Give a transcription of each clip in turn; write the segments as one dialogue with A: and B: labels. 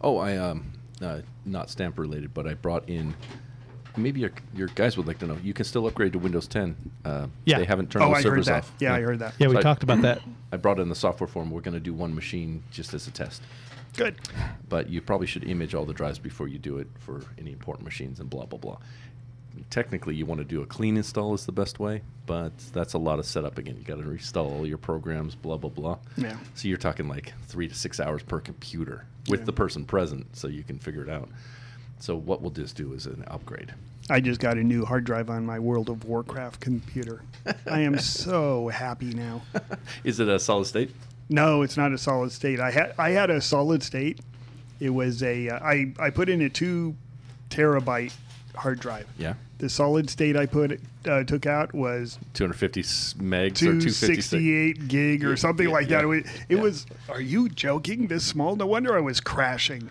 A: Oh, I um, uh, not stamp related, but I brought in. Maybe your your guys would like to know. You can still upgrade to Windows 10. Uh,
B: Yeah.
A: They haven't turned
C: Oh,
A: the
C: I heard
A: servers
C: that.
A: off.
C: Yeah, I heard that.
B: Yeah, we
A: So I-
B: talked about that.
A: I brought in the software form. We're going to do one machine just as a test.
C: Good.
A: But you probably should image all the drives before you do it for any important machines and blah, blah, blah. Technically, you want to do a clean install is the best way, but that's a lot of setup again. You got to reinstall all your programs, blah, blah, blah.
C: Yeah.
A: So you're talking like three to six hours per computer with the person present so you can figure it out. So what we'll just do is an upgrade.
C: I just got a new hard drive on my World of Warcraft computer. I am so happy now.
A: Is it a solid state?
C: No, it's not a solid state. I had I had a solid state. It was a uh, I I put in a two terabyte hard drive.
A: Yeah.
C: The solid state I put uh, took out was
A: 250 s- megs or 256?
C: 268 gig or something
A: yeah,
C: like that.
A: yeah,
C: It, was, it
A: yeah.
C: was. Are you joking? This small? No wonder I was crashing.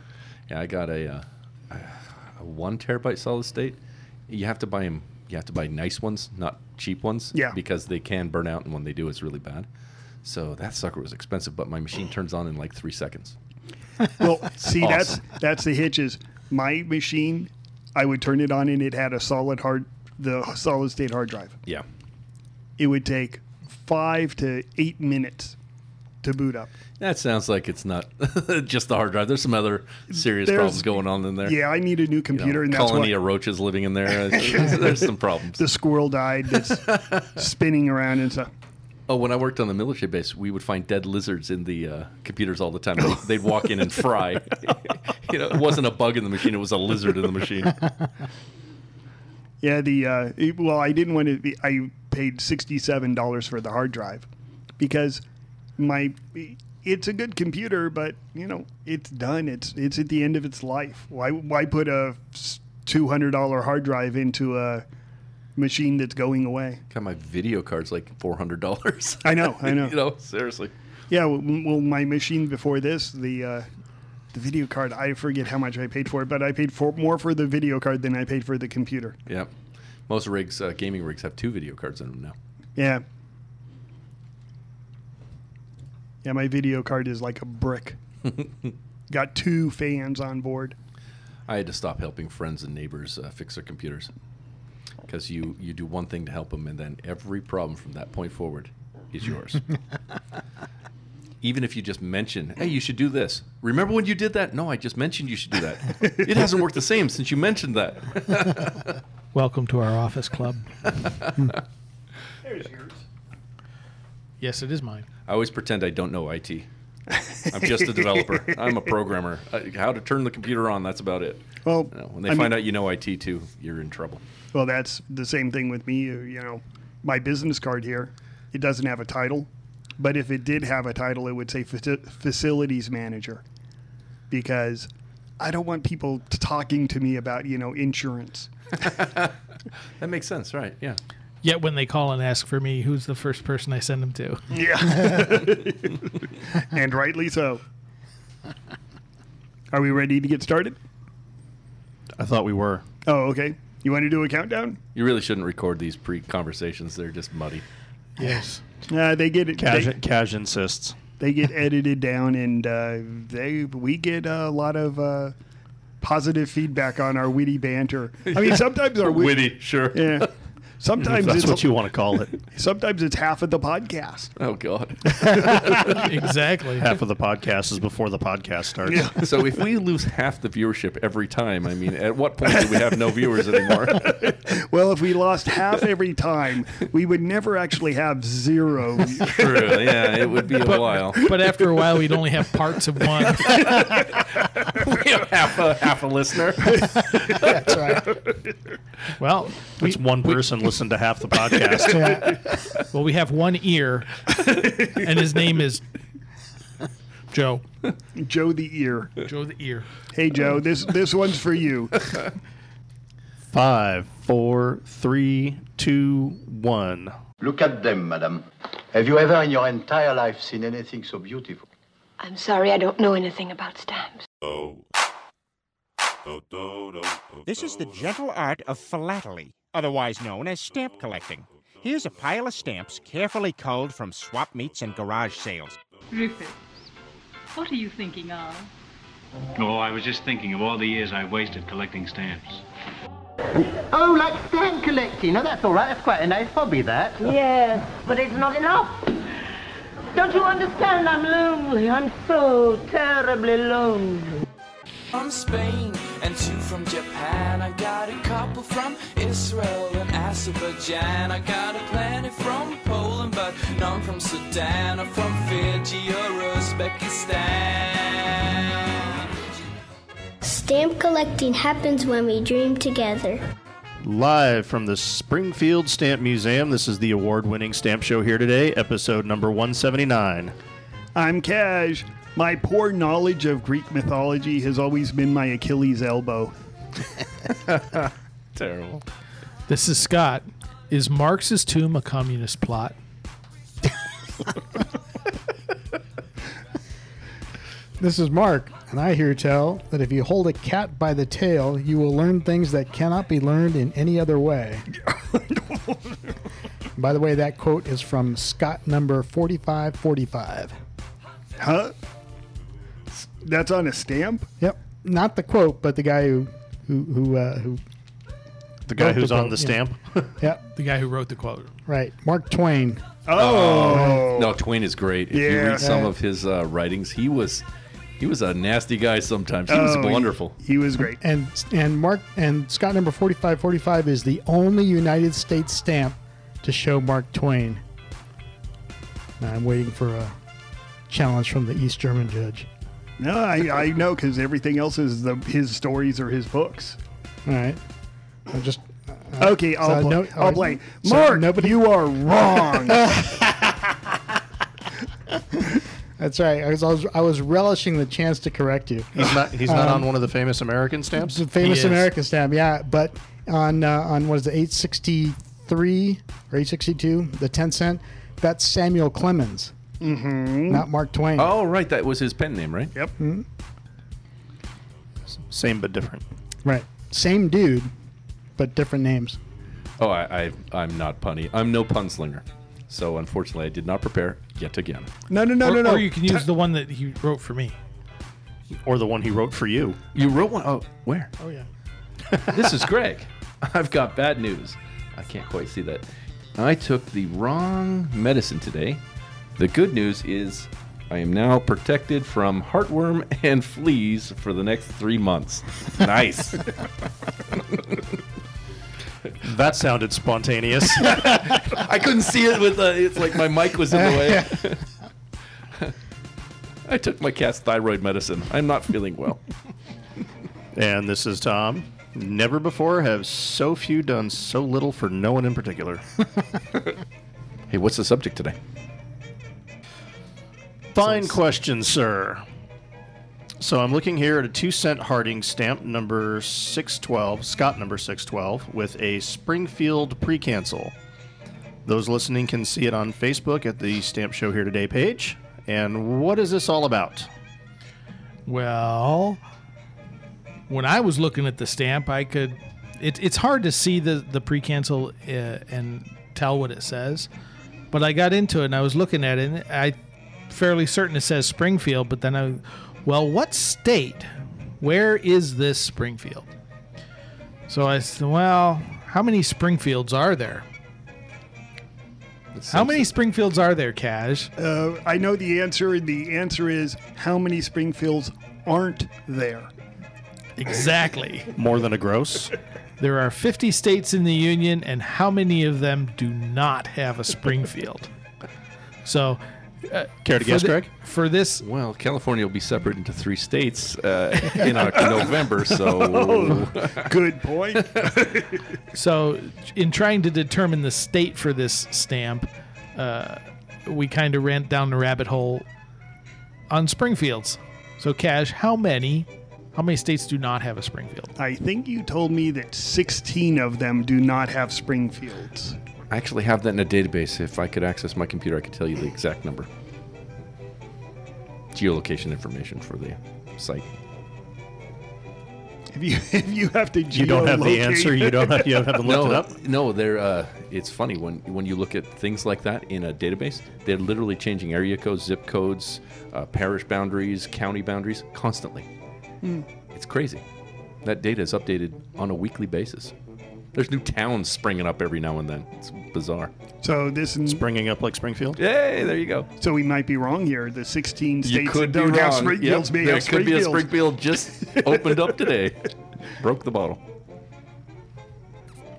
A: Yeah, I got a, uh, a one terabyte solid state. You have to buy them. You have to buy nice ones, not cheap ones.
C: Yeah.
A: Because they can burn out, and when they do, it's really bad. So that sucker was expensive, but my machine turns on in like three seconds.
C: Well, see, that's
A: Awesome.
C: that's the hitch. Is my machine? I would turn it on and it had a solid hard the solid state hard drive.
A: Yeah.
C: It would take five to eight minutes to boot up.
A: That sounds like it's not just the hard drive. There's some other serious
C: There's-
A: problems going on in there.
C: Yeah, I need a new
A: You know,
C: computer, and that's
A: colony
C: why
A: of roaches living in there. There's some problems.
C: the squirrel died. That's spinning around and stuff.
A: Oh, when I worked on the military base, we would find dead lizards in the uh, computers all the time. They'd, they'd walk in and fry. you know, it wasn't a bug in the machine; it was a lizard in the machine.
C: Yeah, the uh, it- well, I didn't want to be. I paid sixty seven dollars for the hard drive because my it's a good computer, but you know it's done. It's it's at the end of its life. Why why put a two hundred dollar hard drive into a machine that's going away?
A: God, my video card's like four hundred dollars.
C: I know, I know.
A: you know, seriously.
C: Yeah, well, m- well, my machine before this, the uh, the video card, I forget how much I paid for it, but I paid for more for the video card than I paid for the computer.
A: Yeah, most rigs, uh, gaming rigs, have two video cards in them now.
C: Yeah. Yeah, my video card is like a brick. Got two fans on board.
A: I had to stop helping friends and neighbors uh, fix their computers because you you do one thing to help them, and then every problem from that point forward is yours. Even if you just mention, "Hey, you should do this." Remember when you did that? No, I just mentioned you should do that. it hasn't worked the same since you mentioned that.
B: Welcome to our office club. Hmm.
C: There's yours.
B: Yes, it is mine.
A: I always pretend I don't know IT. I'm just a developer. I'm a programmer. Uh, how to turn the computer on, that's about it.
C: Well,
A: You know, when they
C: I
A: find
C: mean-
A: out you know IT too, you're in trouble.
C: Well, that's the same thing with me. uh, You you know, my business card here, it doesn't have a title, but if it did have a title, it would say faci- facilities manager because I don't want people t- talking to me about, you know, insurance.
A: That makes sense, right? Yeah.
B: Yet when they call and ask for me, who's the first person I send them to?
C: Yeah. and rightly so. Are we ready to get started?
D: I thought we were.
C: Oh, okay. You want to do a countdown?
A: You really shouldn't record these pre conversations. They're just muddy.
B: Yes.
C: Uh, they get it.
D: Cash,
C: They,
D: Cash insists.
C: they get edited down, and uh, they we get a lot of uh, positive feedback on our witty banter. I mean, sometimes our wit-
A: Witty, sure.
C: Yeah. Sometimes
D: That's
C: it's
D: what you want to call it.
C: sometimes it's half of the podcast.
A: Oh, God.
B: exactly.
D: Half of the podcast is before the podcast starts.
C: Yeah.
A: so if we lose half the viewership every time, I mean, at what point do we have no viewers anymore?
C: Well, if we lost half every time, we would never actually have zero.
A: True. Yeah, it would be a while.
B: But after a while, we'd only have parts of one.
A: we have half a, half a listener.
B: That's right. Well, we,
D: It's one person listened to half the podcast.
B: well, we have one ear, and his name is Joe.
C: Joe the ear.
B: Joe the ear.
C: Hey Joe, this this one's for you.
D: Five, four, three, two, one.
E: Look at them, madame. Have you ever in your entire life seen anything so beautiful?
F: I'm sorry, I don't know anything about stamps.
G: This is the gentle art of philately, otherwise known as stamp collecting. Here's a pile of stamps carefully culled from swap meets and garage sales.
H: Rupert, what are you thinking of? Oh, I was just thinking of all the years I wasted collecting stamps.
I: Oh, like stamp collecting. Oh, that's all right. That's quite a nice hobby, that.
J: Yes, but it's not enough. Don't you understand? I'm lonely. I'm so terribly lonely.
K: From Spain and two from Japan. I got a couple from Israel and Azerbaijan. I got a plenty from Poland, but none from Sudan or from Fiji or Uzbekistan.
L: Stamp collecting happens when we dream together.
D: Live from the Springfield Stamp Museum, this is the award winning stamp show here today, episode number 179.
C: I'm Cash. My poor knowledge of Greek mythology has always been my Achilles' elbow.
A: Terrible.
B: This is Scott. Is Marx's tomb a communist plot?
M: This is Mark, and I hear tell that if you hold a cat by the tail, you will learn things that cannot be learned in any other way. by the way, that quote is from Scott number 4545.
C: Huh? That's on a stamp?
M: Yep. Not the quote, but the guy who who who uh, who
D: The guy
M: wrote
D: who's on
M: quote,
D: the
M: yeah.
D: stamp.
M: Yep.
B: The guy who wrote the quote.
M: Right. Mark Twain.
C: Oh.
A: No, Twain is great. If you
C: Yeah.
A: read some
M: Yeah.
A: of his uh, writings, he was he was a nasty guy sometimes. He was
C: Oh,
A: wonderful.
C: He, he was great.
M: And and Mark and Scott number 4545 is the only United States stamp to show Mark Twain. Now I'm waiting for a challenge from the East German judge.
C: No, I, I know because everything else is the his stories or his books.
M: All right. I'm just uh,
C: Okay,
M: So
C: I'll play.
M: no-
C: I'll
M: uh,
C: play.
M: so
C: Mark,
M: nobody-
C: you are wrong.
M: That's right. I was, I was I was relishing the chance to correct you.
D: He's not he's not on one of the famous American stamps.
M: It's a famous
B: Yes.
M: American stamp, yeah. But on uh, on what is it, eight sixty three or eight sixty two, the ten cent. That's Samuel Clemens, mm-hmm. not Mark Twain.
A: Oh, right. That was his pen name, right?
C: yep.
D: Same but different.
M: Right, same dude, but different names.
A: Oh, I, I I'm not punny. I'm no punslinger. So unfortunately, I did not prepare yet again.
C: No, no, no,
B: or,
C: no, no.
B: or you can use the one that he wrote for me.
D: Or the one he wrote for you.
A: You wrote one. Oh, where?
B: Oh yeah.
A: this is Greg. I've got bad news. I can't quite see that. I took the wrong medicine today. The good news is I am now protected from heartworm and fleas for the next three months. Nice.
D: That sounded spontaneous.
A: I couldn't see it with the. It's like my mic was in the way. I took my cat's thyroid medicine. I'm not feeling well.
D: and this is Tom. Never before have so few done so little for no one in particular.
A: Hey, what's the subject today?
D: Fine question, sir. So I'm looking here at a two cent Harding stamp number 612, Scott number 612, with a Springfield pre cancel. Those listening can see it on Facebook at the Stamp Show Here Today page. And what is this all about?
B: Well, when I was looking at the stamp, I could. It, it's hard to see the the pre cancel uh, and tell what it says, but I got into it and I was looking at it. and I fairly certain it says Springfield, but then I, well, what state? Where is this Springfield? So I said, well, how many Springfields are there? How many Springfields are there, Cash?
C: Uh, I know the answer. and The answer is how many Springfields aren't there?
B: Exactly.
D: More than a gross?
B: There are 50 states in the union, and how many of them do not have a Springfield? so,
D: Care to guess,
B: for, thi-
D: Greg?
B: for this,
A: Well, California will be separate into three states uh, in uh, November, so
C: Good point.
B: so in trying to determine the state for this stamp, uh, we kind of ran down the rabbit hole on Springfields. So, Cash, how many, how many states do not have a Springfield?
C: I think you told me that 16 of them do not have Springfields.
A: I actually have that in a database. If I could access my computer, I could tell you the exact number. Geolocation information for the site.
C: If you if you have to geolocate,
D: You don't have the answer. You don't have, you haven't looked
A: no,
D: it up.
A: no, they're. Uh, it's funny when when you look at things like that in a database. They're literally changing area codes, zip codes, uh, parish boundaries, county boundaries constantly.
C: Mm.
A: It's crazy. That data is updated on a weekly basis. There's new towns springing up every now and then. It's bizarre.
C: So this
N: springing up like Springfield.
A: Hey, there you go.
C: So we might be wrong here. The 16 states
A: you could
C: that
A: be
C: don't have
A: wrong.
C: Springfields
A: Yep,
C: may
A: there
C: have
A: could be a Springfield
C: Springfields.
A: just opened up today. Broke the bottle.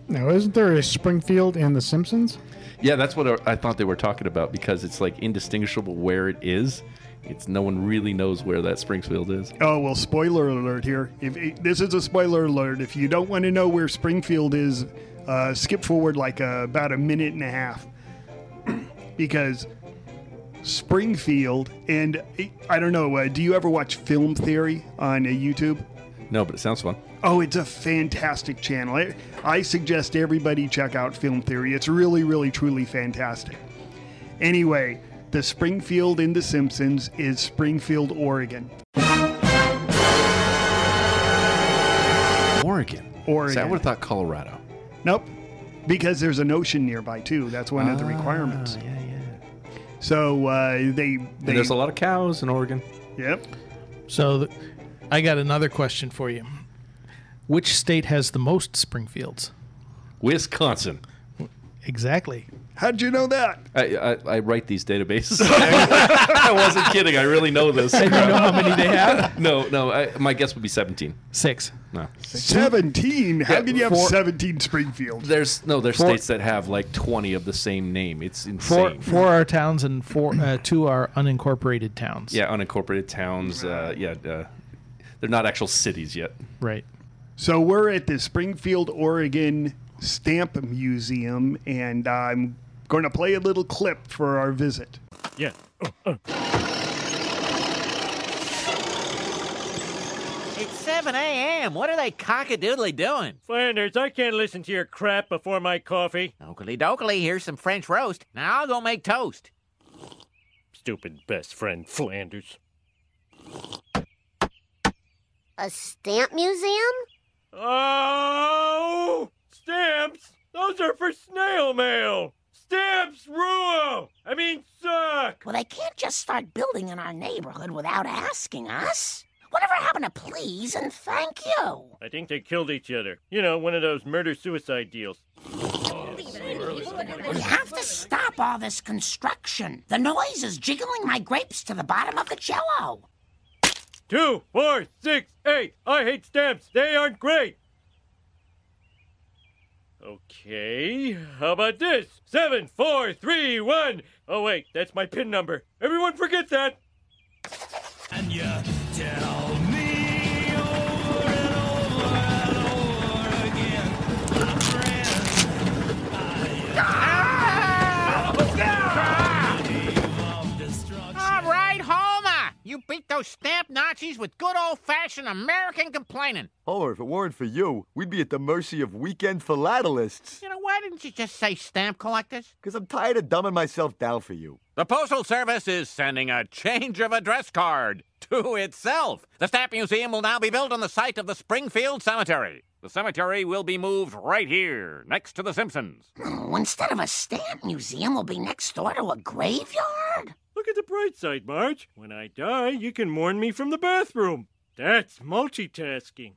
O: Now, isn't there a Springfield in The Simpsons?
A: Yeah, that's what I- I thought they were talking about because it's like indistinguishable where it is. It's no one really knows where that Springfield is.
C: Oh well, spoiler alert here. If it, this is a spoiler alert, if you don't want to know where Springfield is, uh, skip forward like uh, about a minute and a half, because Springfield and I don't know. Uh, do you ever watch Film Theory on uh, YouTube?
A: No, but it sounds fun.
C: Oh, it's a fantastic channel. I, I suggest everybody check out Film Theory. It's really, really, truly fantastic. Anyway, the Springfield in The Simpsons is Springfield, Oregon.
A: Oregon.
C: Oregon.
A: See, I would have thought Colorado.
C: Nope. Because there's an ocean nearby too. That's one of the
A: Ah,
C: requirements. Yeah, yeah. So uh, they, they
A: And there's a lot of cows in Oregon.
C: Yep.
B: So, th- I got another question for you. Which state has the most Springfields?
A: Wisconsin.
B: Exactly.
C: How'd you know that?
A: I, I, I write these databases. I wasn't kidding. I really know this.
B: And you know how many they have?
A: No, no. I, my guess would be 17.
B: Six.
A: No.
C: seventeen. How
A: Yeah,
C: can you have
A: four-
C: seventeen Springfields?
A: There's no. There's
B: Four-
A: states that have like 20 of the same name. It's
B: Four,
A: insane.
B: four are towns and four, uh, two are unincorporated towns.
A: Yeah, unincorporated towns. Uh, yeah, uh, they're not actual cities yet.
B: Right.
C: So we're at the Springfield, Oregon Stamp Museum, and I'm going to play a little clip for our visit.
D: Yeah.
P: It's 7 a.m. What are they cockadoodly doing?
D: Flanders, I can't listen to your crap before my coffee.
P: Oakley dokley, here's some French roast. Now I'll go make toast.
D: Stupid best friend, Flanders.
Q: A stamp museum?
D: Oh! Stamps! Those are for snail mail! Stamps rule! I mean, suck!
R: Well, they can't just start building in our neighborhood without asking us. Whatever happened to please and thank you?
D: I think they killed each other. You know, one of those murder suicide deals.
R: We have to stop all this construction. The noise is jiggling my grapes to the bottom of the jello.
D: Two, four, six, eight! I hate stamps! They aren't great! Okay, how about this? Seven, four, three, one! Oh, wait, that's my PIN number. Everyone forget that!
S: And you tell
P: All right, Homer! You beat those stamp Nazis with good old fashioned American complaining.
K: Homer, if it weren't for you, we'd be at the mercy of weekend philatelists.
P: You know, why didn't you just say stamp collectors?
K: Because I'm tired of dumbing myself down for you.
T: The Postal Service is sending a change of address card to itself. The Stamp Museum will now be built on the site of the Springfield Cemetery. The cemetery will be moved right here, next to The Simpsons.
R: Oh, instead of a stamp museum, we'll be next door to a graveyard?
D: Look at the bright side, Marge. When I die, you can mourn me from the bathroom. That's multitasking.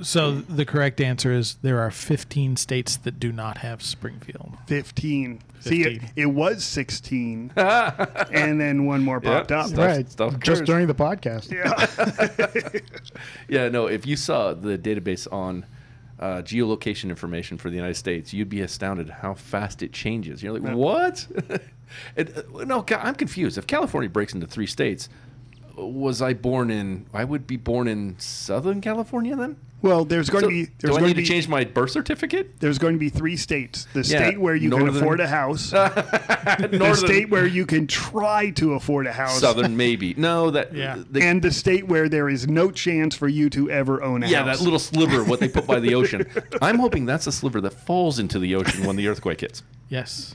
B: So the correct answer is there are 15 states that do not have Springfield.
C: 15. See, it, it was 16. and then one more
A: Yeah,
C: popped up.
A: stuff- Right. stuff
O: Just
A: occurs.
O: during the podcast.
C: Yeah.
A: Yeah, no. If you saw the database on uh, geolocation information for the United States, you'd be astounded how fast it changes. You're like,
B: Yeah.
A: what? And, uh, no, Ca- I'm confused. If California breaks into three states, was I born in? I would be born in Southern California then.
C: Well, there's going
A: So,
C: to be.
A: do
C: There's
A: I
C: going
A: need to change my birth certificate?
C: There's going to be three states: the
A: Yeah,
C: state where you
A: northern-
C: can afford a house, the
A: Northern-
C: state where you can try to afford a house,
A: Southern maybe. Oh, No, that they-
C: and the state where there is no chance for you to ever own a
A: yeah,
C: house.
A: that little sliver what they put by the ocean. I'm hoping that's the sliver that falls into the ocean when the earthquake hits.
B: Yes.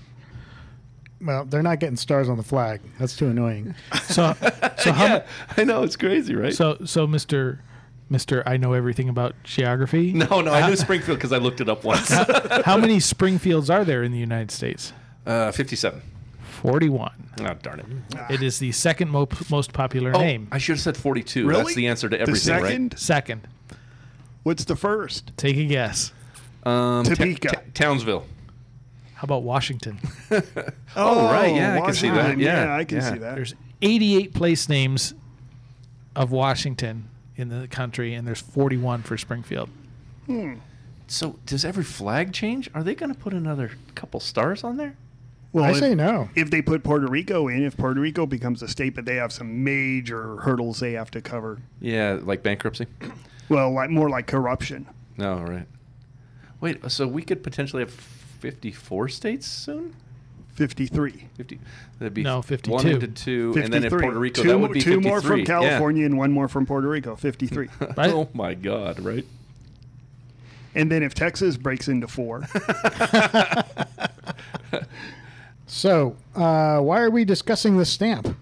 O: Well, they're not getting stars on the flag. That's too annoying.
B: So, so how, yeah,
A: I know it's crazy, right?
B: So, so Mister, Mister, I know everything about geography.
A: Oh, No, no, I
B: How-
A: knew Springfield because I looked it up once.
B: how many Springfields are there in the United States?
A: Uh, 57.
B: 41.
A: Oh, darn it.
B: It is the second mo- most popular
A: Oh,
B: name.
A: I should have said 42. That's the answer to everything, right?
B: Second.
C: What's the first?
B: Take a guess.
A: Um, Ta-
C: Topeka.
A: Ta- Townsville.
B: How about Washington?
A: Oh, right. Yeah, I can see that.
C: Washington.
A: Yeah,
C: I can
A: yeah.
C: see that.
B: There's 88 place names of Washington in the country, and there's 41 for Springfield.
C: Hmm.
A: So does every flag change? Are they going to put another couple stars on there?
C: Well,
M: I
C: if-
M: say no.
C: If they put Puerto Rico in, if Puerto Rico becomes a state, but they have some major hurdles they have to cover.
A: Yeah, like bankruptcy.
C: Well, like more like corruption.
A: No, right. Wait, so we could potentially have 54 states soon?
C: 53.
A: 50. That'd be
B: No,
A: One
B: 52.
A: into two, and then if
C: 53.
A: Puerto Rico,
C: two,
A: that
C: mo-
A: would be
C: two more
A: 53.
C: from
A: Yeah.
C: California and one more from Puerto Rico. 53.
A: Oh my God! Right?
C: And then if Texas breaks into four,
M: So, uh, why are we discussing this stamp?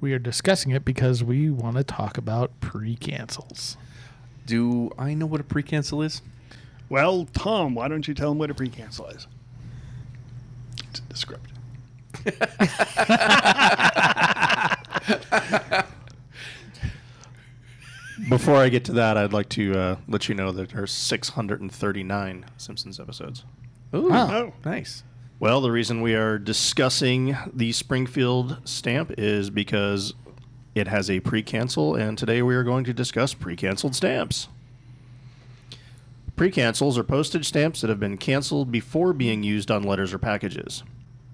B: We are discussing it because we want to talk about pre cancels.
A: Do I know what a pre-cancel is?
C: well, Tom, why don't you tell them what a pre-cancel is? It's in the script.
D: Before I get to that, I'd like to uh, let you know that there are 639 Simpsons episodes.
A: Ooh,
M: Wow.
A: nice.
D: Well, the reason we are discussing the Springfield stamp is because it has a pre cancel, and today we are going to discuss pre canceled stamps. Pre cancels are postage stamps that have been canceled before being used on letters or packages.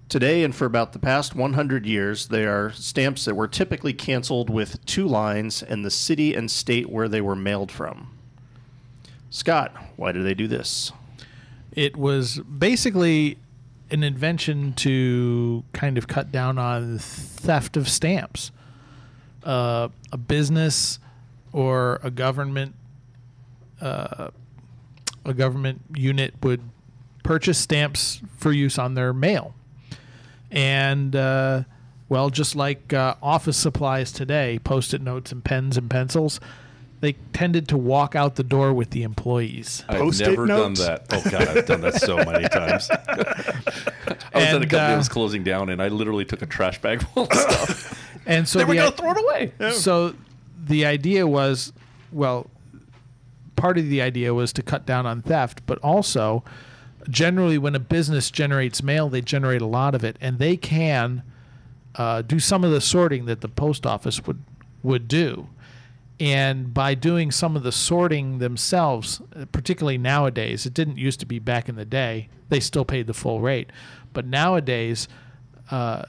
D: Today, and for about the past 100 years, they are stamps that were typically canceled with two lines and the city and state where they were mailed from. Scott, why do they do this?
B: It was basically an invention to kind of cut down on theft of stamps. Uh, a business or a government uh, a government unit would purchase stamps for use on their mail. And uh, well, just like uh, office supplies today, post-it notes and pens and pencils, they tended to walk out the door with the employees.
A: I've never done that. Oh God, I've done that so many times. I was at a
B: And,
A: company that
B: uh,
A: was closing down, and I literally took a trash bag full of stuff.
B: And so
A: There we
B: the
A: go, throw it away. Yeah.
B: So the idea was, well, part of the idea was to cut down on theft, but also generally when a business generates mail, they generate a lot of it, and they can uh, do some of the sorting that the post office would would do. And by doing some of the sorting themselves, uh, particularly nowadays, it didn't used to be back in the day. They still paid the full rate, but nowadays, uh,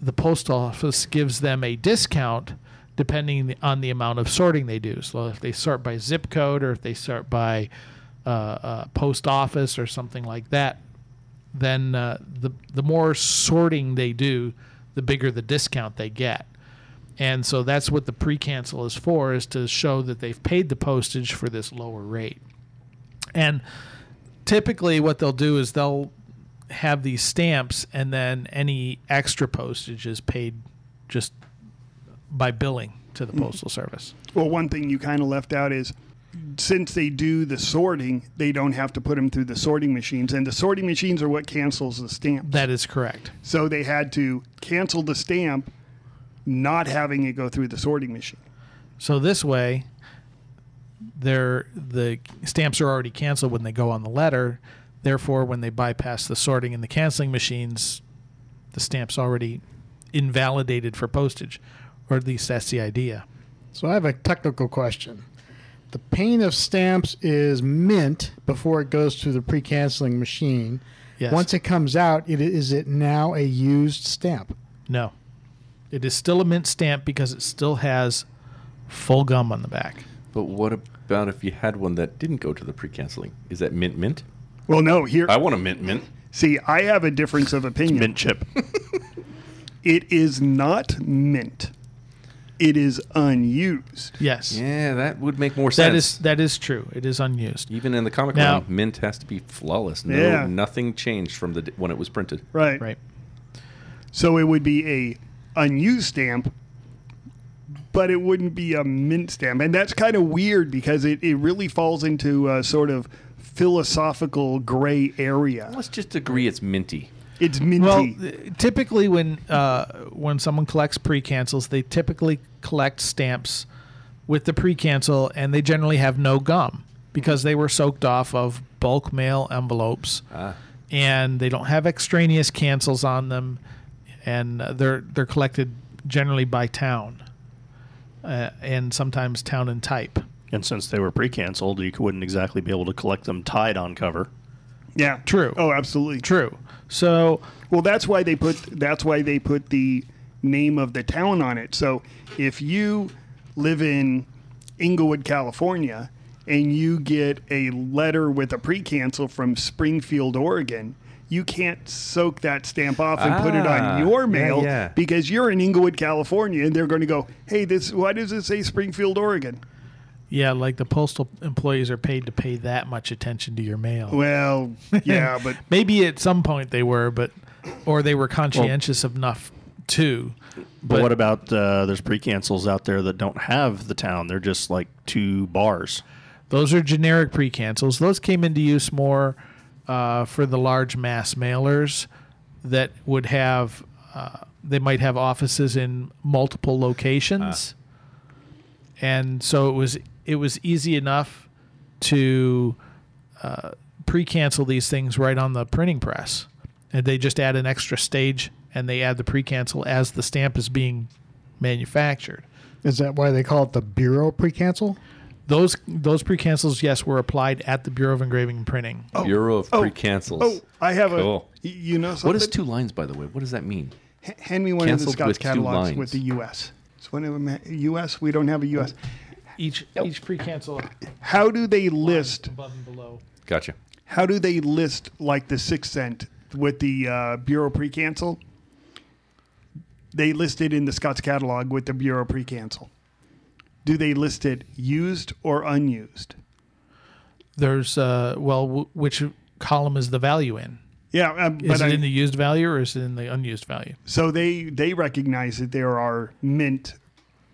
B: the post office gives them a discount depending on the amount of sorting they do. So if they sort by zip code or if they sort by uh, uh, post office or something like that, then uh, the the more sorting they do, the bigger the discount they get. And so that's what the pre-cancel is for, is to show that they've paid the postage for this lower rate. And typically, what they'll do is they'll have these stamps, and then any extra postage is paid just by billing to
M: Mm-hmm.
B: the postal service.
C: Well, one thing you kind of left out is since they do the sorting, they don't have to put them through the sorting machines, and the sorting machines are what cancels the stamp.
B: That is correct.
C: So they had to cancel the stamp, not having it go through the sorting machine.
B: So this way, they're, the stamps are already canceled when they go on the letter. Therefore, when they bypass the sorting and the canceling machines, the stamp's already invalidated for postage, or at least that's the idea.
M: So I have a technical question. The paint of stamps is mint before it goes to the pre-canceling machine.
B: Yes.
M: Once it comes out, it is it now a used stamp?
B: No. It is still a mint stamp because it still has full gum on the back.
A: But what about if you had one that didn't go to the pre-canceling? Is that mint mint?
C: Well, no, here.
A: I want a mint mint.
C: See, I have a difference of opinion.
D: Mint chip.
C: It is not mint. It is unused.
B: Yes.
A: Yeah, that would make more sense.
B: That is that is true. It is unused.
A: Even in the comic
B: Now-
A: line, mint has to be flawless. No,
C: Yeah.
A: nothing changed from the d- when it was printed.
C: Right.
B: Right.
C: So it would be a unused stamp, but it wouldn't be a mint stamp, and that's kind of weird because it, it really falls into a sort of philosophical gray area.
A: Let's just agree it's minty.
C: It's minty.
B: Well, th- typically when uh, when someone collects pre-cancels, they typically collect stamps with the pre-cancel, and they generally have no gum because they were soaked off of bulk mail envelopes, and they don't have extraneous cancels on them, and uh, they're they're collected generally by town, uh, and sometimes town and type.
D: And since they were pre-canceled, you wouldn't exactly be able to collect them tied on cover.
C: Yeah.
B: True.
C: Oh, absolutely.
B: True. So,
C: well, that's why they put that's why they put the name of the town on it. So, if you live in Inglewood, California, and you get a letter with a pre-cancel from Springfield, Oregon, you can't soak that stamp off and put it
A: Ah,
C: on your
A: yeah,
C: mail
A: yeah.
C: because you're in Inglewood, California, and they're going to go, "Hey, this why does it say Springfield, Oregon?"
B: Yeah, like the postal employees are paid to pay that much attention to your mail.
C: Well, yeah, but
B: maybe at some point they were, but or they were conscientious enough to.
D: But, what about uh, there's pre-cancels out there that don't have the town? They're just like two bars.
B: Those are generic pre-cancels. Those came into use more uh, for the large mass mailers that would have. Uh, they might have offices in multiple locations, and so it was it was easy enough to uh, pre-cancel these things right on the printing press, and they just add an extra stage and they add the pre-cancel as the stamp is being manufactured.
M: Is that why they call it the Bureau pre-cancel?
B: Those those pre-cancels, yes, were applied at the Bureau of Engraving and Printing.
A: Bureau of
C: oh,
A: Pre-Cancels.
C: Oh, I have
A: Cool.
C: a. y- You know something?
A: What is two lines, by the way? What does that mean?
C: H- hand me one of the
A: Canceled
C: Scott's
A: with two
C: catalogs
A: lines.
C: with the U.S. It's one of them. U.S. We don't have a U.S.
B: Each each pre-cancel
C: How do they list?
B: above and below.
A: Gotcha.
C: How do they list like the sixth cent with the uh, bureau pre-cancel? They list it in the Scott's catalog with the bureau pre-cancel. Do they list it used or unused?
B: There's uh, well, w- which column is the value in?
C: Yeah, uh,
B: Is
C: but
B: it
C: I,
B: in the used value or is it in the unused value?
C: so they they recognize that there are mint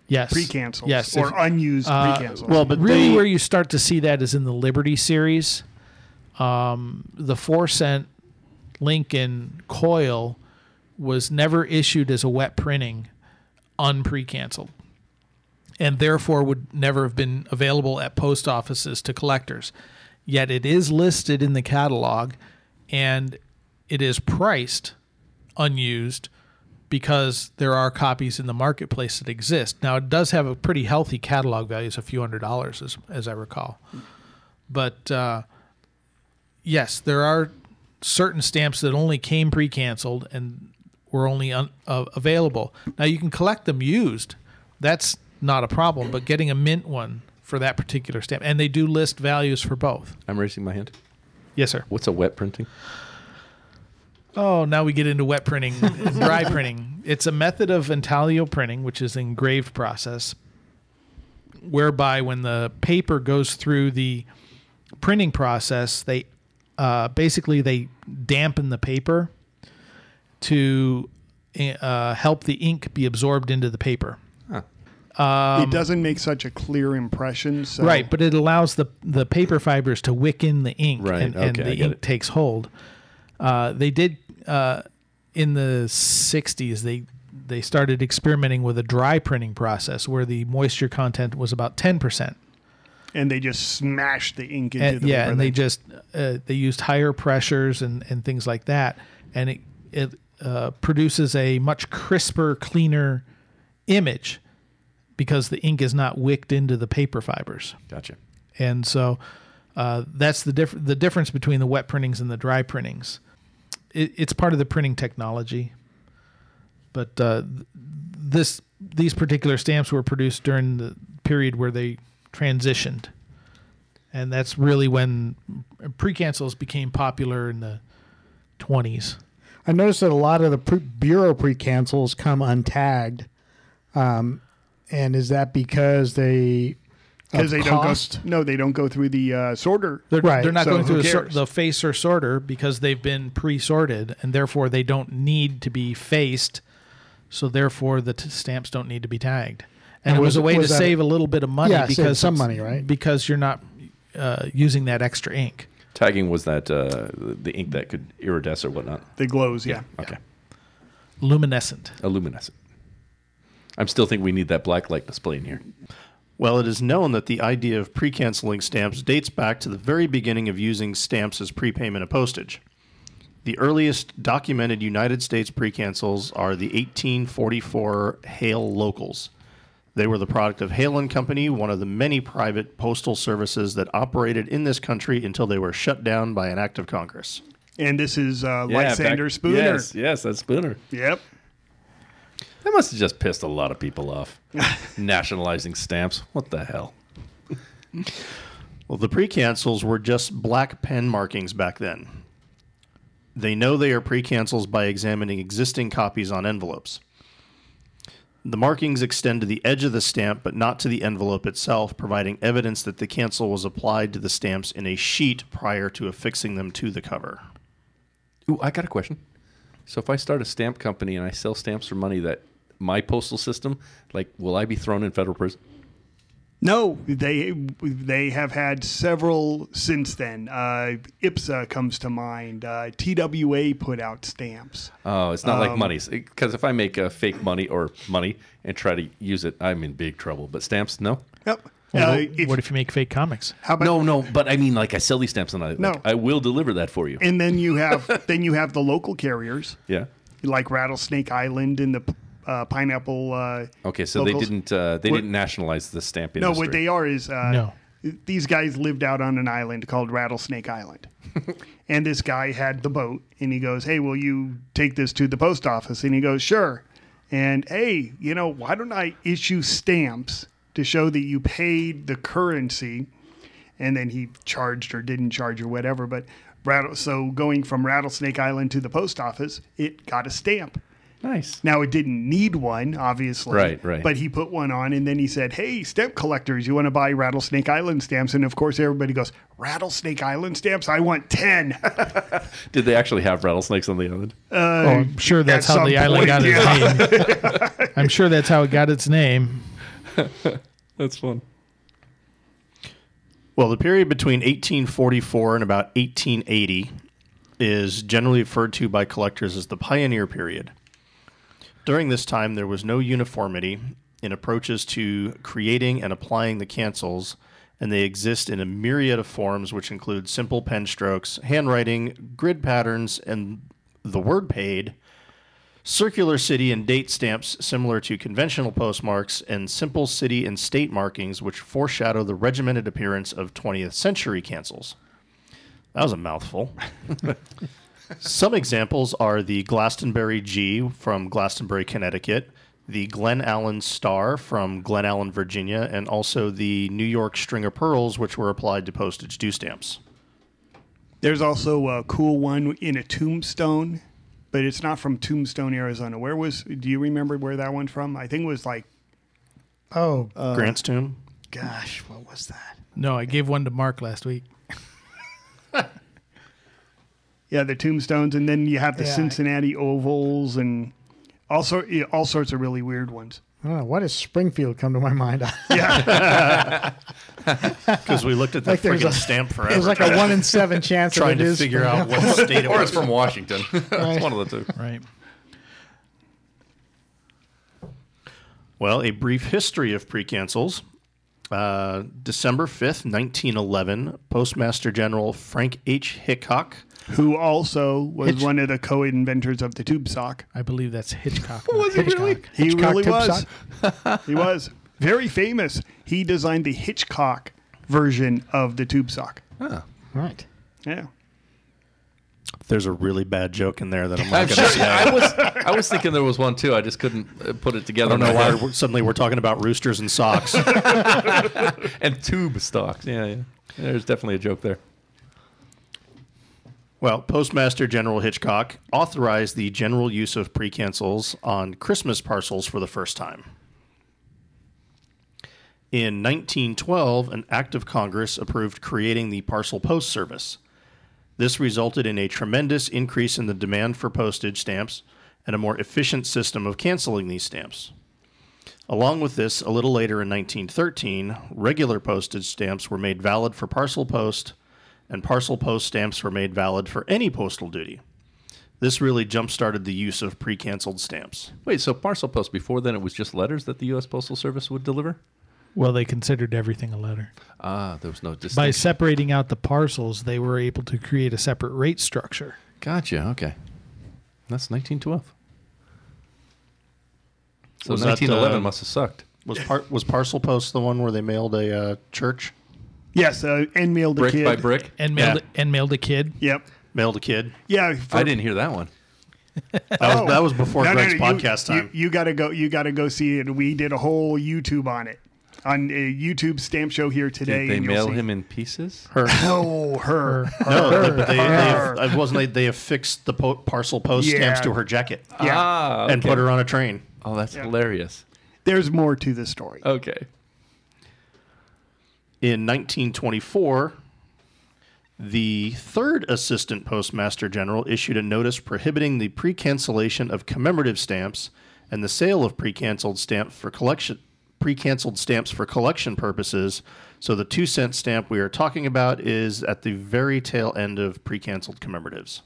B: Yes,
C: pre-cancels
B: Yes,
C: or
B: if-
C: unused
B: uh,
C: pre-cancels.
B: really, where you start to see that is in the Liberty series. Um, the four cent Lincoln coil was never issued as a wet printing, unpre-canceled, and therefore would never have been available at post offices to collectors. Yet it is listed in the catalog, and it is priced unused because there are copies in the marketplace that exist. Now it does have a pretty healthy catalog value, it's a few hundred dollars as as I recall. But uh, yes, there are certain stamps that only came pre-canceled and were only un- uh, available. Now you can collect them used. That's not a problem, but getting a mint one for that particular stamp and they do list values for both.
A: I'm raising my hand.
B: Yes, sir.
A: What's a wet printing?
B: Oh, now we get into wet printing, dry printing. It's a method of intaglio printing, which is engraved process, whereby when the paper goes through the printing process, they uh, basically they dampen the paper to uh, help the ink be absorbed into the paper. Um,
C: it doesn't make such a clear impression. So
B: Right, but it allows the the paper fibers to wick in the ink,
A: Right,
B: and, and
A: okay,
B: the
A: I get
B: ink
A: it.
B: takes hold. Uh, they did uh, in the '60s. They they started experimenting with a dry printing process where the moisture content was about ten percent.
C: and they just smash the ink into
B: And,
C: the
B: Eh, yeah,
C: paper.
B: and they just uh, they used higher pressures and and things like that, and it it uh, produces a much crisper, cleaner image because the ink is not wicked into the paper fibers.
A: Gotcha.
B: And so uh, that's the diff- the difference between the wet printings and the dry printings. It, it's part of the printing technology. But uh, th- this these particular stamps were produced during the period where they transitioned. And that's really when pre-cancels became popular in the 20s.
M: I noticed that a lot of the pre- bureau pre-cancels come untagged, um, and is that because they
C: because
M: of
C: they
M: cost?
C: don't go. No, they don't go through the uh, sorter.
B: They're, they're not
C: So
B: going
C: who
B: through a sor-
C: cares?
B: the facer sorter because they've been pre-sorted and therefore they don't need to be faced. So therefore the t- stamps don't need to be tagged. And,
M: And
B: it was,
M: was-
B: a way
M: was
B: to
M: that a-
B: save a little bit of money
M: Yeah, save
B: because
M: some money, right?
B: Because you're not uh, using that extra ink.
A: Tagging was that uh, the ink that could iridesce or whatnot.
C: The glows, yeah.
A: Okay.
B: Luminescent.
A: Illuminescent. I'm still think we need that black light display in here.
D: Well, it is known that the idea of pre canceling stamps dates back to the very beginning of using stamps as prepayment of postage. The earliest documented United States pre cancels are the 1844 Hale Locals. They were the product of Hale and Company, one of the many private postal services that operated in this country until they were shut down by an act of Congress.
C: And this is uh,
A: Yeah,
C: Lysander
A: back-
C: Spooner.
A: Yes, yes, that's Spooner.
C: Yep.
A: That must have just pissed a lot of people off. Nationalizing stamps. What the hell?
D: Well, the pre-cancels were just black pen markings back then. They know they are pre-cancels by examining existing copies on envelopes. The markings extend to the edge of the stamp, but not to the envelope itself, providing evidence that the cancel was applied to the stamps in a sheet prior to affixing them to the cover.
A: Ooh, I got a question. So if I start a stamp company and I sell stamps for money that my postal system, like, will I be thrown in federal prison?
C: No, they they have had several since then. Uh, IPSA comes to mind. Uh, TWA put out stamps.
B: Uh,
A: Oh, it's not like
C: Um,
A: money's because if I make a fake money or money and try to use it, I'm in big trouble. But stamps, no.
C: Yep.
B: Well,
C: Uh,
B: what- what if you make fake comics?
C: How about-
A: no, no. But I mean, like, I sell these stamps and I,
C: No.
A: like, I will deliver that for you.
C: And then you have then you have the local carriers
A: yeah.
C: like Rattlesnake Island and the uh, Pineapple. Uh,
A: Okay, so they
C: locals.
A: didn't uh, they
C: What-
A: didn't nationalize the stamp
C: No,
A: industry.
C: what they are is uh,
A: No.
C: these guys lived out on an island called Rattlesnake Island. and this guy had the boat, and he goes, Hey, will you take this to the post office? And he goes, Sure. And hey, you know, why don't I issue stamps to show that you paid the currency? And then he charged or didn't charge or whatever. But rattle, so going from Rattlesnake Island to the post office, it got a stamp.
A: Nice.
C: Now it didn't need one, obviously.
A: Right, right.
C: But he put one on, and then he said, "Hey, stamp collectors, you want to buy Rattlesnake Island stamps?" And of course, everybody goes, "Rattlesnake Island stamps? I want 10.
A: Did they actually have rattlesnakes on the island?
C: Uh,
B: oh, I'm sure that's
C: at
B: how the
C: some
B: island
C: point,
B: got its
C: yeah.
B: name. I'm sure that's how it got its name.
A: That's fun.
D: Well, the period between 1844 and about 1880 is generally referred to by collectors as the pioneer period. During this time, there was no uniformity in approaches to creating and applying the cancels, and they exist in a myriad of forms, which include simple pen strokes, handwriting, grid patterns, and the word paid, circular city and date stamps similar to conventional postmarks, and simple city and state markings, which foreshadow the regimented appearance of 20th century cancels. That was a mouthful. Some examples are the Glastonbury G from Glastonbury, Connecticut, the Glen Allen Star from Glen Allen, Virginia, and also the New York String of Pearls, which were applied to postage due stamps.
C: There's also a cool one in a tombstone, but it's not from Tombstone, Arizona. Where was? Do you remember where that one from? I think it was like,
M: Oh,
C: Uh,
D: Grant's tomb.
C: gosh, what was that?
B: No, I gave one to Mark last week.
C: Yeah, the tombstones, and then you have the
M: Yeah, I-
C: Cincinnati ovals and all sort, yeah, all sorts of really weird ones.
M: I don't know. Oh, Why does Springfield come to my mind?
C: Yeah.
D: Because we looked at that
M: there's
D: friggin' stamp forever.
M: There's like a one in seven chance
D: Trying
M: that it
D: to
M: is
D: figure
M: from-
D: out what state it
A: or
D: was
A: it's from Washington.
M: Right.
A: it's one of the two.
B: Right.
D: Well, a brief history of pre-cancels. Uh, December 5th, 1911, Postmaster General Frank H. Hickok.
C: Who also was
D: Hitch-
C: one of the co-inventors of the tube sock.
B: I believe that's Hitchcock.
C: Was he really? He
M: Hitchcock
C: really
M: tube
C: was. he was very famous. He designed the Hitchcock version of the tube sock.
A: Ah,
M: right.
C: Yeah.
D: There's a really bad joke in there that I'm
A: I'm
D: not
A: sure,
D: going to say.
A: I was I was thinking there was one too. I just couldn't uh, put it
D: I
A: together.
D: don't
A: in my
D: know why
A: head.
D: we're, suddenly we're talking about roosters and socks.
A: and tube stocks. Yeah, yeah. There's definitely a joke there.
D: Well, Postmaster General Hitchcock authorized the general use of pre-cancels on Christmas parcels for the first time. In 1912, an act of Congress approved creating the Parcel Post Service. This resulted in a tremendous increase in the demand for postage stamps and a more efficient system of canceling these stamps. Along with this, a little later in 1913, regular postage stamps were made valid for parcel post and parcel post stamps were made valid for any postal duty. This really jump started the use of pre canceled stamps.
A: Wait, so parcel post before then it was just letters that the U.S. Postal Service would deliver?
B: Well, they considered everything a letter.
A: Ah, there was no
B: By
A: distinction.
B: separating out the parcels, they were able to create a separate rate structure.
A: Gotcha. Okay, that's 1912. So
D: Was that,
A: 1911
D: uh,
A: must have sucked.
D: Was par- was parcel post the one where they mailed a uh, church?
C: Yes, uh, and mailed a kid.
B: And mailed and mailed a kid.
C: Yep.
D: Mailed a kid.
C: Yeah, for-
A: didn't hear that one.
D: That was, that was before
C: Oh. No, no,
D: Greg's
C: no, you-
D: podcast
C: you-
D: time.
C: You, gotta go. You gotta go see it. We did a whole YouTube on it on a YouTube stamp show here today.
A: Did they
C: and you'll
A: mail
C: see-
A: him in pieces?
D: Her.
C: Oh, her.
D: no,
C: her,
D: but they, they
C: her.
D: have, wasn't they, they have fixed the po- parcel post
C: Yeah.
D: stamps to her jacket.
C: Yeah.
A: Ah,
D: And
A: okay.
D: put her on a train.
A: Oh, that's hilarious.
C: There's more to the story.
B: Uh,
A: Okay.
D: In 1924, the third assistant postmaster general issued a notice prohibiting the pre-cancellation of commemorative stamps and the sale of pre-canceled stamp for collection pre-canceled stamps for collection purposes. So the 2 cent stamp we are talking about is at the very tail end of pre-canceled commemoratives.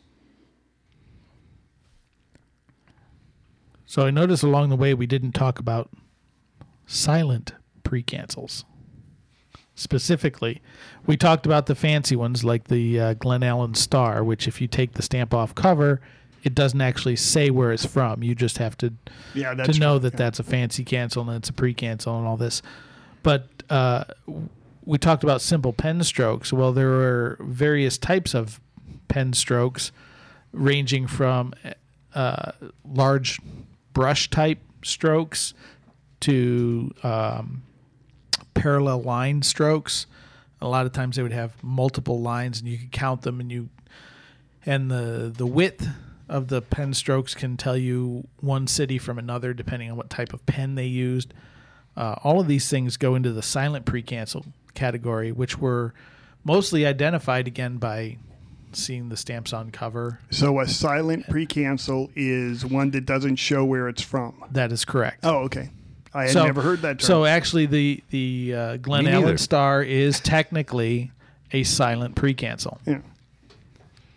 B: So I noticed along the way we didn't talk about silent pre-cancels. Specifically, we talked about the fancy ones like the uh, Glen Allen Star, which if you take the stamp off cover, it doesn't actually say where it's from. You just have to
C: Yeah,
B: to
C: that's
B: know that that's a fancy cancel and it's a pre-cancel and all this. But uh, w- we talked about simple pen strokes. Well, there are various types of pen strokes, ranging from uh, large brush type strokes to um, parallel line strokes. A lot of times they would have multiple lines, and you could count them, and you and the the width of the pen strokes can tell you one city from another depending on what type of pen they used. Uh, all of these things go into the silent pre-cancel category, which were mostly identified again by seeing the stamps on cover.
C: So a silent pre-cancel is one that doesn't show where it's from.
B: That is correct.
C: Oh, okay. I had
B: So-
C: never heard that term.
B: So actually, the the uh, Glen
C: Me neither.
B: Allen Star is technically a silent pre-cancel.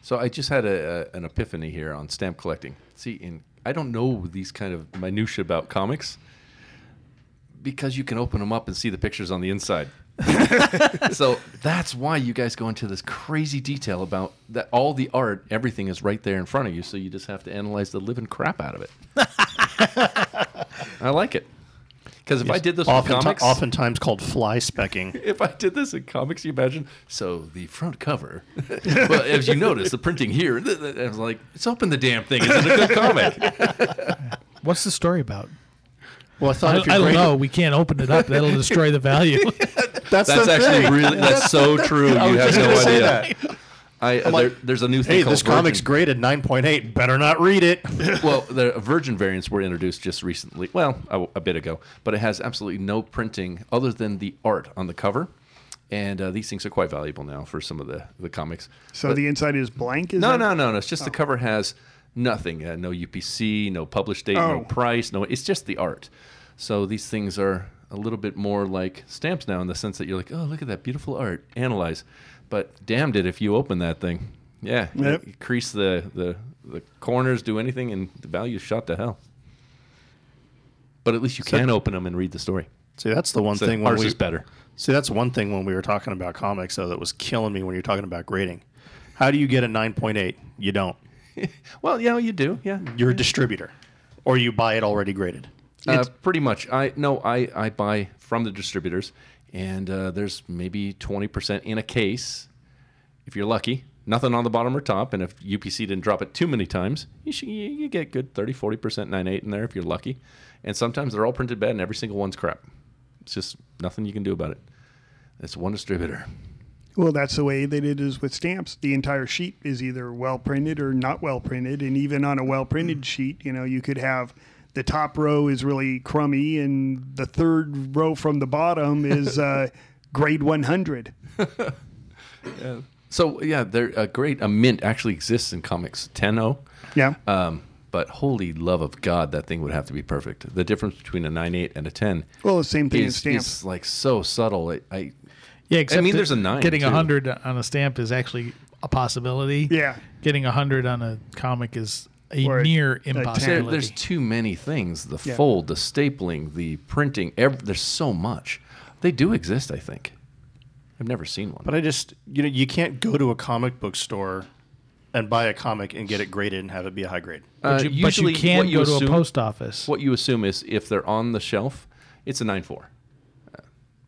A: So I just had a, a, an epiphany here on stamp collecting. See, in I don't know these kind of minutia about comics because you can open them up and see the pictures on the inside. so that's why you guys go into this crazy detail about that all the art, everything is right there in front of you, so you just have to analyze the living crap out of it. I like it. Because if I
D: Yes.
A: did this
D: Oftenti-
A: with comics,
D: oftentimes called fly specking.
A: if I did this in comics, you imagine. So the front cover, well, as you notice, the printing here. th- th- I was like, it's open the damn thing. Is it a good comic?
B: What's the story about?
D: Well, I thought
B: I,
D: if you're
B: don't
D: great-
B: know. We can't open it up. That'll destroy the value.
D: That's,
A: That's
D: the
A: actually
D: thing.
A: really. That's so true.
D: I
A: You
D: was
A: have
D: just
A: no
D: gonna
A: idea.
D: say that.
A: I, uh,
D: I'm like,
A: there- there's a new thing
D: Hey,
A: called
D: this comic's
A: Virgin.
D: graded 9.8. Better not read it.
A: well, the Virgin variants were introduced just recently. Well, a, a bit ago, but it has absolutely no printing other than the art on the cover. And uh, these things are quite valuable now for some of the, the comics.
C: So
A: But-
C: the inside is blank. Is
A: no,
C: that-
A: no, no, no. It's just the cover has nothing. Uh, no UPC, no published date,
C: Oh.
A: no price. No, it's just the art. So these things are a little bit more like stamps now in the sense that you're like, oh, look at that beautiful art. Analyze, but damned it if you open that thing. Yeah,
C: Yep.
A: you crease the, the the corners, do anything, and the value's shot to hell. But at least you
D: So-
A: can open them and read the story.
D: See, that's the one
A: So
D: thing. When
A: ours
D: we,
A: is better.
D: See, that's one thing when we were talking about comics, though, that was killing me when you're talking about grading. How do you get a 9.8? You don't.
A: Well, yeah, you do. Yeah,
D: You're a distributor, or you buy it already graded.
A: Uh, pretty much. I no, I, I buy from the distributors, and uh, there's maybe twenty percent in a case, if you're lucky. Nothing on the bottom or top, and if UPC didn't drop it too many times, you should you, you get good 30, 40 percent nine eight in there if you're lucky. And sometimes they're all printed bad, and every single one's crap. It's just nothing you can do about it. It's one distributor.
C: Well, that's the way that it is with stamps. The entire sheet is either well printed or not well printed, and even on a well
A: Mm.
C: printed sheet, you know, you could have the top row is really crummy, and the third row from the bottom is uh, grade one hundred.
A: So yeah, they're a great. A mint actually exists in comics. Ten O.
C: Yeah.
A: Um, but holy love of God, that thing would have to be perfect. The difference between a nine eight and a ten.
C: Well, the same thing in
A: is,
C: stamps.
A: is, like so subtle. I, I
B: Yeah, except
A: I mean,
B: that
A: there's a nine.
B: Getting
A: too.
B: a hundred on a stamp is actually a possibility.
A: Yeah.
B: getting a hundred on a comic is a
A: Or a-
B: near
A: There-
B: impossibility.
A: there's too many things: the
B: Yeah.
A: fold, the stapling, the printing. Ev- there's so much. They do exist, I think. I've never seen one.
D: But I just, you know, you can't go to a comic book store and buy a comic and get it graded and have it be a high grade.
A: Uh, usually what you assume-
B: office.
A: What you assume is if they're on the shelf, it's a 9 4.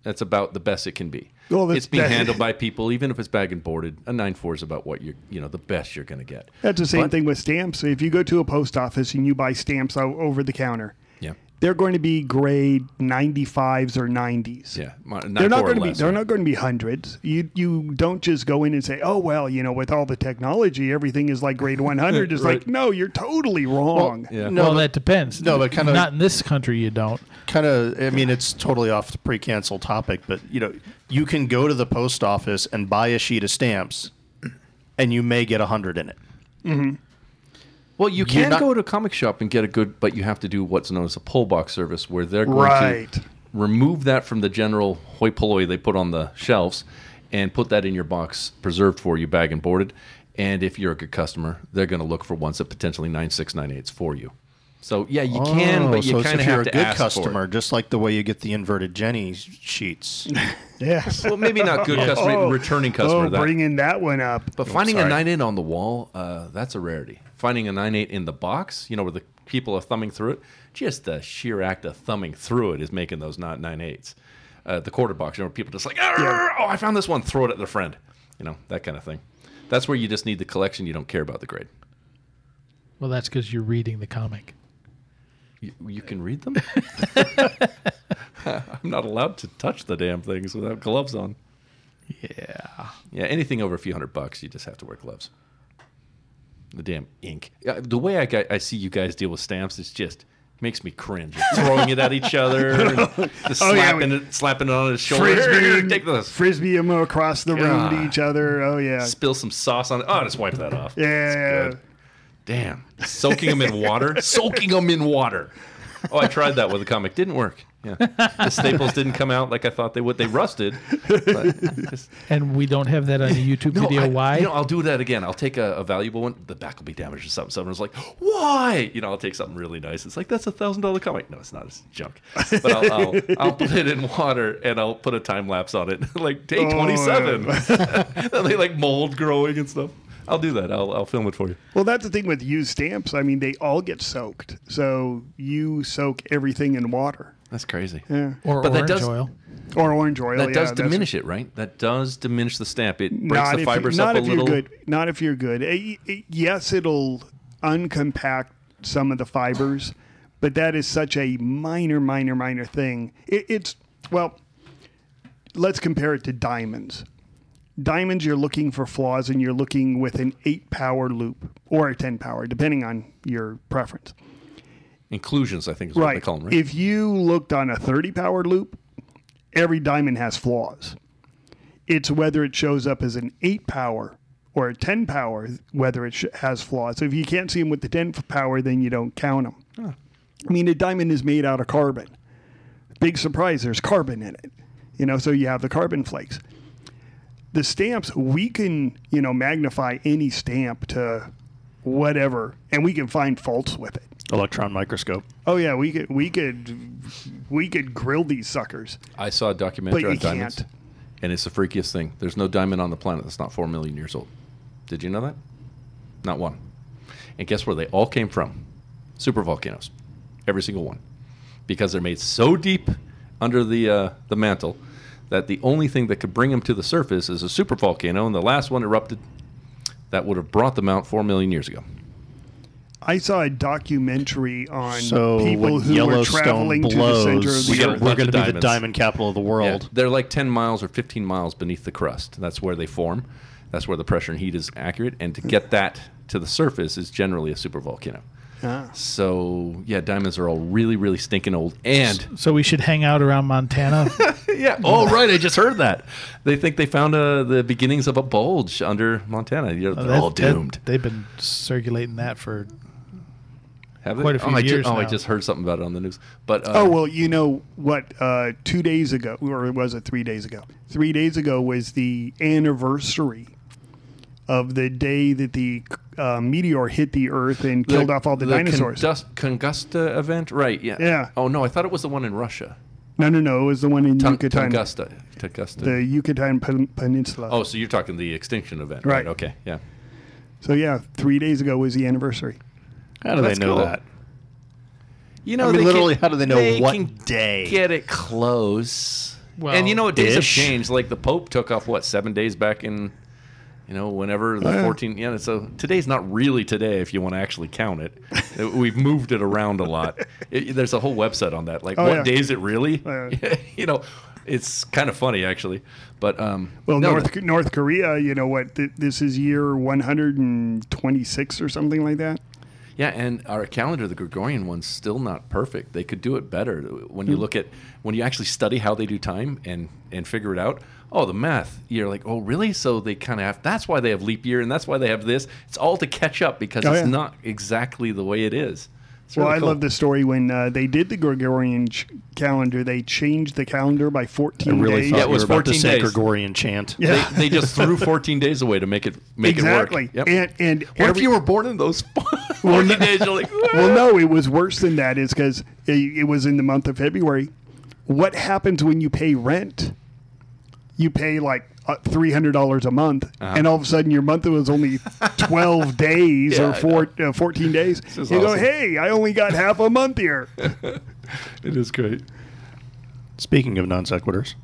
A: That's about the best it can be.
C: Well, that's-
A: it's being
C: that-
A: handled by people, even if it's bag and boarded. A 9 4 is about what you're, you know, the best you're going to get.
C: That's the same
A: But-
C: thing with stamps. If you go to a post office and you buy stamps o- over the counter,
A: Yeah.
C: they're going to be grade 95s or 90s.
A: Yeah. My-
C: they're
A: 9 four
C: not
A: or
C: going to be
A: less,
C: they're
A: right?
C: not going to be hundreds. You you don't just go in and say, "Oh well, you know, with all the technology, everything is like grade 100." It's
B: Right.
C: like, "No, you're totally wrong."
B: No, well, that depends.
D: no, but kinda-
B: not in this country. You don't.
D: Kind of, I mean, it's totally off the pre cancel topic, but, you know, you can go to the post office and buy a sheet of stamps and you may get a 100 in it.
A: Well, you
D: You're
A: can
D: not-
A: go to a comic shop and get a good, but you have to do what's known as a pull box service, where they're going
C: Right.
A: to remove that from the general hoi polloi they put on the shelves, and put that in your box, preserved for you, bag and boarded. And if you're a good customer, they're going to look for ones that potentially nine six nine eights for you. So yeah, you can,
D: Oh,
A: but you
D: so it's
A: kind of
D: if you're
A: have to
D: a good
A: ask
D: customer, just like the way you get the inverted Jenny sheets.
M: Yes.
A: well, maybe not good customer,
C: Oh.
A: returning customer,
C: Oh,
A: that-
C: bringing that one up.
A: But for it. Finding a nine eight on the wall, uh, that's a rarity. Finding a nine eight in the box, you know, where the people are thumbing through it, just the sheer act of thumbing through it is making those not nine eights. Uh, the quarter box, you know, where people just like, "Arr, oh, I found this one, throw it at their friend, you know, that kind of thing. That's where you just need the collection. You don't care about the grade.
B: Well, that's because you're reading the comic.
A: You, you can read them. I'm not allowed to touch the damn things without gloves on. Yeah. Yeah, anything over a few hundred bucks, you just have to wear gloves. The damn ink. Yeah, The way I, gu I see you guys deal with stamps is just makes me cringe. Throwing it at each other, and just
C: Oh, yeah,
A: slapping it, slapping it on his shoulder.
C: Frisbee,
A: Take this.
C: frisbee them across the room to
A: God.
C: each other. Oh yeah,
A: Spill some sauce on it. Oh, just wipe that off.
C: yeah.
A: Damn. Soaking them in water. Soaking them in water. Oh, I tried that with a comic. Didn't work. Yeah. The staples didn't come out like I thought they would. They rusted. But just,
B: And we don't have that on a YouTube
A: no,
B: video.
A: I-
B: Why?
A: You know, I'll do that again. I'll take a, a valuable one. The back will be damaged or something. Someone's like, why? You know, I'll take something really nice. It's like, that's a $1,000 comic. No, it's not. It's junk. But I'll, I'll, I'll put it in water and I'll put a time lapse on it. like, day
C: Oh,
A: 27. and they like mold growing and stuff. I'll do that. I'll, I'll film it for you.
C: Well, that's the thing with used stamps. I mean, they all get soaked. So you soak everything in water.
A: That's crazy.
C: Yeah.
B: Or
A: But that orange does- oil.
C: Or orange oil.
A: that
C: yeah,
A: does
C: that's-
A: diminish it, right? That does diminish the stamp. It breaks the
C: if-
A: fibers up
C: not
A: a
C: if
A: little.
C: You're good. Not if you're good. Eh, eh, Yes, it'll uncompact some of the fibers, but that is such a minor, minor, minor thing. It, it's well. Let's compare it to diamonds. Diamonds, you're looking for flaws, and you're looking with an eight power loop or a ten power, depending on your preference.
A: Inclusions, I think, is what they
C: Right.
A: call them, right?
C: If you looked on a 30 power loop, every diamond has flaws. It's whether it shows up as an 8 power or a 10 power, whether it sh- has flaws. So if you can't see them with the 10 power, then you don't count them. I mean, a diamond is made out of carbon. Big surprise, there's carbon in it. You know, so you have the carbon flakes. The stamps, we can, you know, magnify any stamp to whatever, and we can find faults with it.
D: Electron microscope.
C: Oh yeah, we could we could we could grill these suckers.
A: I saw a documentary
C: But you
A: on diamonds,
C: can't.
A: and it's the freakiest thing. There's no diamond on the planet that's not four million years old. Did you know that? Not one. And guess where they all came from? Super volcanoes, every single one, because they're made so deep under the uh, the mantle that the only thing that could bring them to the surface is a super volcano, and the last one erupted. That would have brought them out four million years ago.
C: I saw a documentary on
D: So
C: people
D: when
C: who were
D: Yellowstone
C: traveling
D: blows,
C: to the center of the
D: we
A: get a
D: are
A: bunch
D: going to
A: of
D: be the
A: diamonds.
D: diamond capital of the world.
A: Yeah, they're like 10 miles or 15 miles beneath the crust. That's where they form. That's where the pressure and heat is accurate. And to get that to the surface is generally a supervolcano.
C: Ah.
A: So, yeah, diamonds are all really, really stinking old. And,
B: so we should hang out around Montana.
A: yeah, oh, right, I just heard that. They think they found uh, the beginnings of a bulge under Montana. You're,
B: Oh,
A: they're
B: that-
A: all
B: that-
A: doomed.
B: they've been circulating that for
A: Have they?
B: quite a few
A: oh, I ju-
B: years
A: oh, I
B: now.
A: just heard something about it on the news. But uh,
C: oh well, you know what? Uh, two days ago, or was it three days ago? Three days ago was the anniversary of the day that the uh, meteor hit the Earth and
A: the-
C: killed off all the, dinosaurs.
A: Condus- Congusta event, right? Yeah.
C: Yeah.
A: Oh no, I thought it was the one in Russia.
C: no, no, no. It was the one in
A: Tun-
C: Yucatan,
A: Tungusta. Tungusta.
C: the Yucatan Pen- Peninsula.
A: oh, so you're talking the extinction event,
C: Right.
A: right? Okay, yeah.
C: So yeah, three days ago was the anniversary.
D: How do
A: That's
D: they know
A: cool.
D: that?
A: You
D: I
A: know,
D: mean,
A: they
D: literally,
A: can-
D: how do they know
A: they
D: what
A: can
D: day?
A: Get it close.
D: Well,
A: and you know what days have
D: ish.
A: changed. Like the Pope took off what seven days back in, you know, whenever the
C: Oh, yeah.
A: 14th. Yeah, so today's not really today if you want to actually count it. We've moved it around a lot. It, there's a whole website on that. Like
C: Oh,
A: what
C: yeah.
A: day is it really?
C: Oh,
A: you know, it's kind of funny actually. But um,
C: Well,
A: no,
C: North North Korea, you know what? Th- this is year 126 or something like that.
A: Yeah, and our calendar, the Gregorian one's still not perfect. They could do it better. When you
C: Hmm.
A: look at when you actually study how they do time and and figure it out, oh, the math, you're like, oh, really? So they kind of have. That's why they have leap year, and that's why they have this. It's all to catch up because
C: Oh,
A: it's
C: yeah.
A: not exactly the way it is. It's
C: well,
A: really
C: I
A: cool.
C: love the story when uh, they did the Gregorian ch- calendar. They changed the calendar by 14 days.
A: Yeah, it was 14
D: say
A: days.
D: Gregorian chant.
C: Yeah.
A: They, they just threw 14 days away to make it make
C: exactly.
A: it work. Yep.
C: And and
A: what
C: every-
A: if you were born in those 14 days? You're like,
C: well, no, it was worse than that. Is because it, it was in the month of February. What happens when you pay rent? You pay like uh, three hundred dollars a month,
A: Uh-huh.
C: and all of a sudden your month was only twelve days
A: Yeah, I
C: or four, uh, fourteen days. You
A: is
C: go,
A: awesome.
C: hey, I only got half a month here.
A: it is great.
D: Speaking of non sequiturs,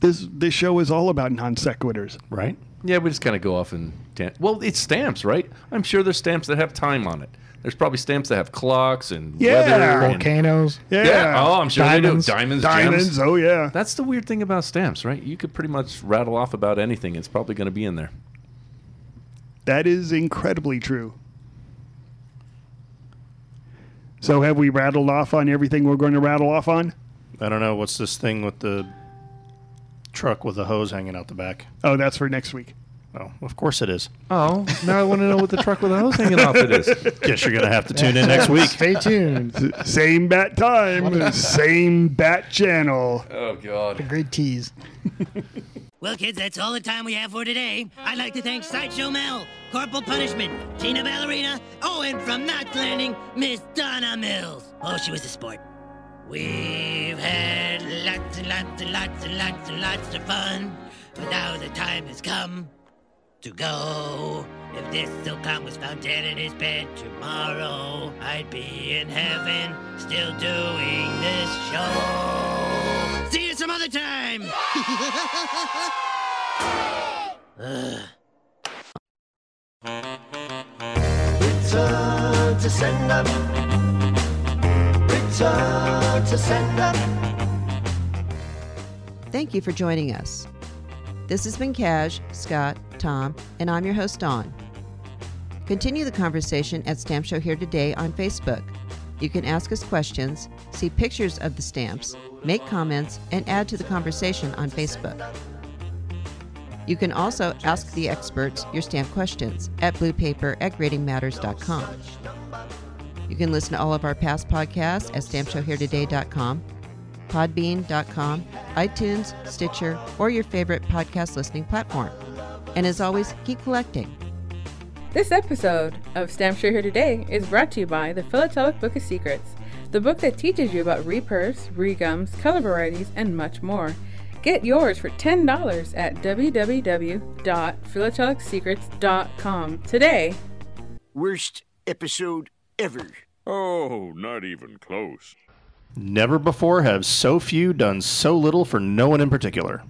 C: This this show is all about non sequiturs.
D: right?
A: Yeah, we just kind of go off and dan- well, it's stamps, right? I'm sure there's stamps that have time on it. There's probably stamps that have clocks and
C: Yeah.
A: weather. and-
M: Volcanoes.
C: Yeah.
A: yeah. Oh, I'm sure
M: Diamonds.
A: they do. Diamonds,
C: Diamonds.
A: gems.
C: Oh yeah.
A: That's the weird thing about stamps, right? You could pretty much rattle off about anything. It's probably going to be in there.
C: That is incredibly true. So have we rattled off on everything we're going to rattle off on?
D: I don't know. What's this thing with the truck with the hose hanging out the back?
C: Oh, that's for next week.
D: Oh, of course it is.
A: Oh, now I want to know what the truck with the hose hanging off it is.
D: Guess you're going to have to tune in next week.
M: Stay tuned.
C: Same bat time, same bat channel.
A: Oh God.
M: Great tease.
P: Well, kids, that's all the time we have for today. I'd like to thank Sideshow Mel, Corporal Punishment, Tina Ballerina, oh, and from Knots Landing, Miss Donna Mills. Oh, she was a sport. We've had lots and lots and lots and lots and lots of fun, but now the time has come to go. If this silcom was found dead in his bed tomorrow, I'd be in heaven still doing this show. See you some other time! Ugh.
U: Return to sender. Return to sender.
V: Thank you for joining us. This has been Cash, Scott, Tom, and I'm your host, Dawn. Continue the conversation at Stamp Show Here Today on Facebook. You can ask us questions, see pictures of the stamps, make comments, and add to the conversation on Facebook. You can also ask the experts your stamp questions at bluepaper at gradingmatters.com. You can listen to all of our past podcasts at stampshowheretoday.com, podbean.com, iTunes, Stitcher, or your favorite podcast listening platform. And as always, keep collecting.
W: This episode of Stampshire Here Today is brought to you by the Philatelic Book of Secrets, the book that teaches you about repurfs, regums, color varieties, and much more. Get yours for $10 at www.philatelicsecrets.com today.
U: Worst episode ever.
X: Oh, not even close.
D: Never before have so few done so little for no one in particular.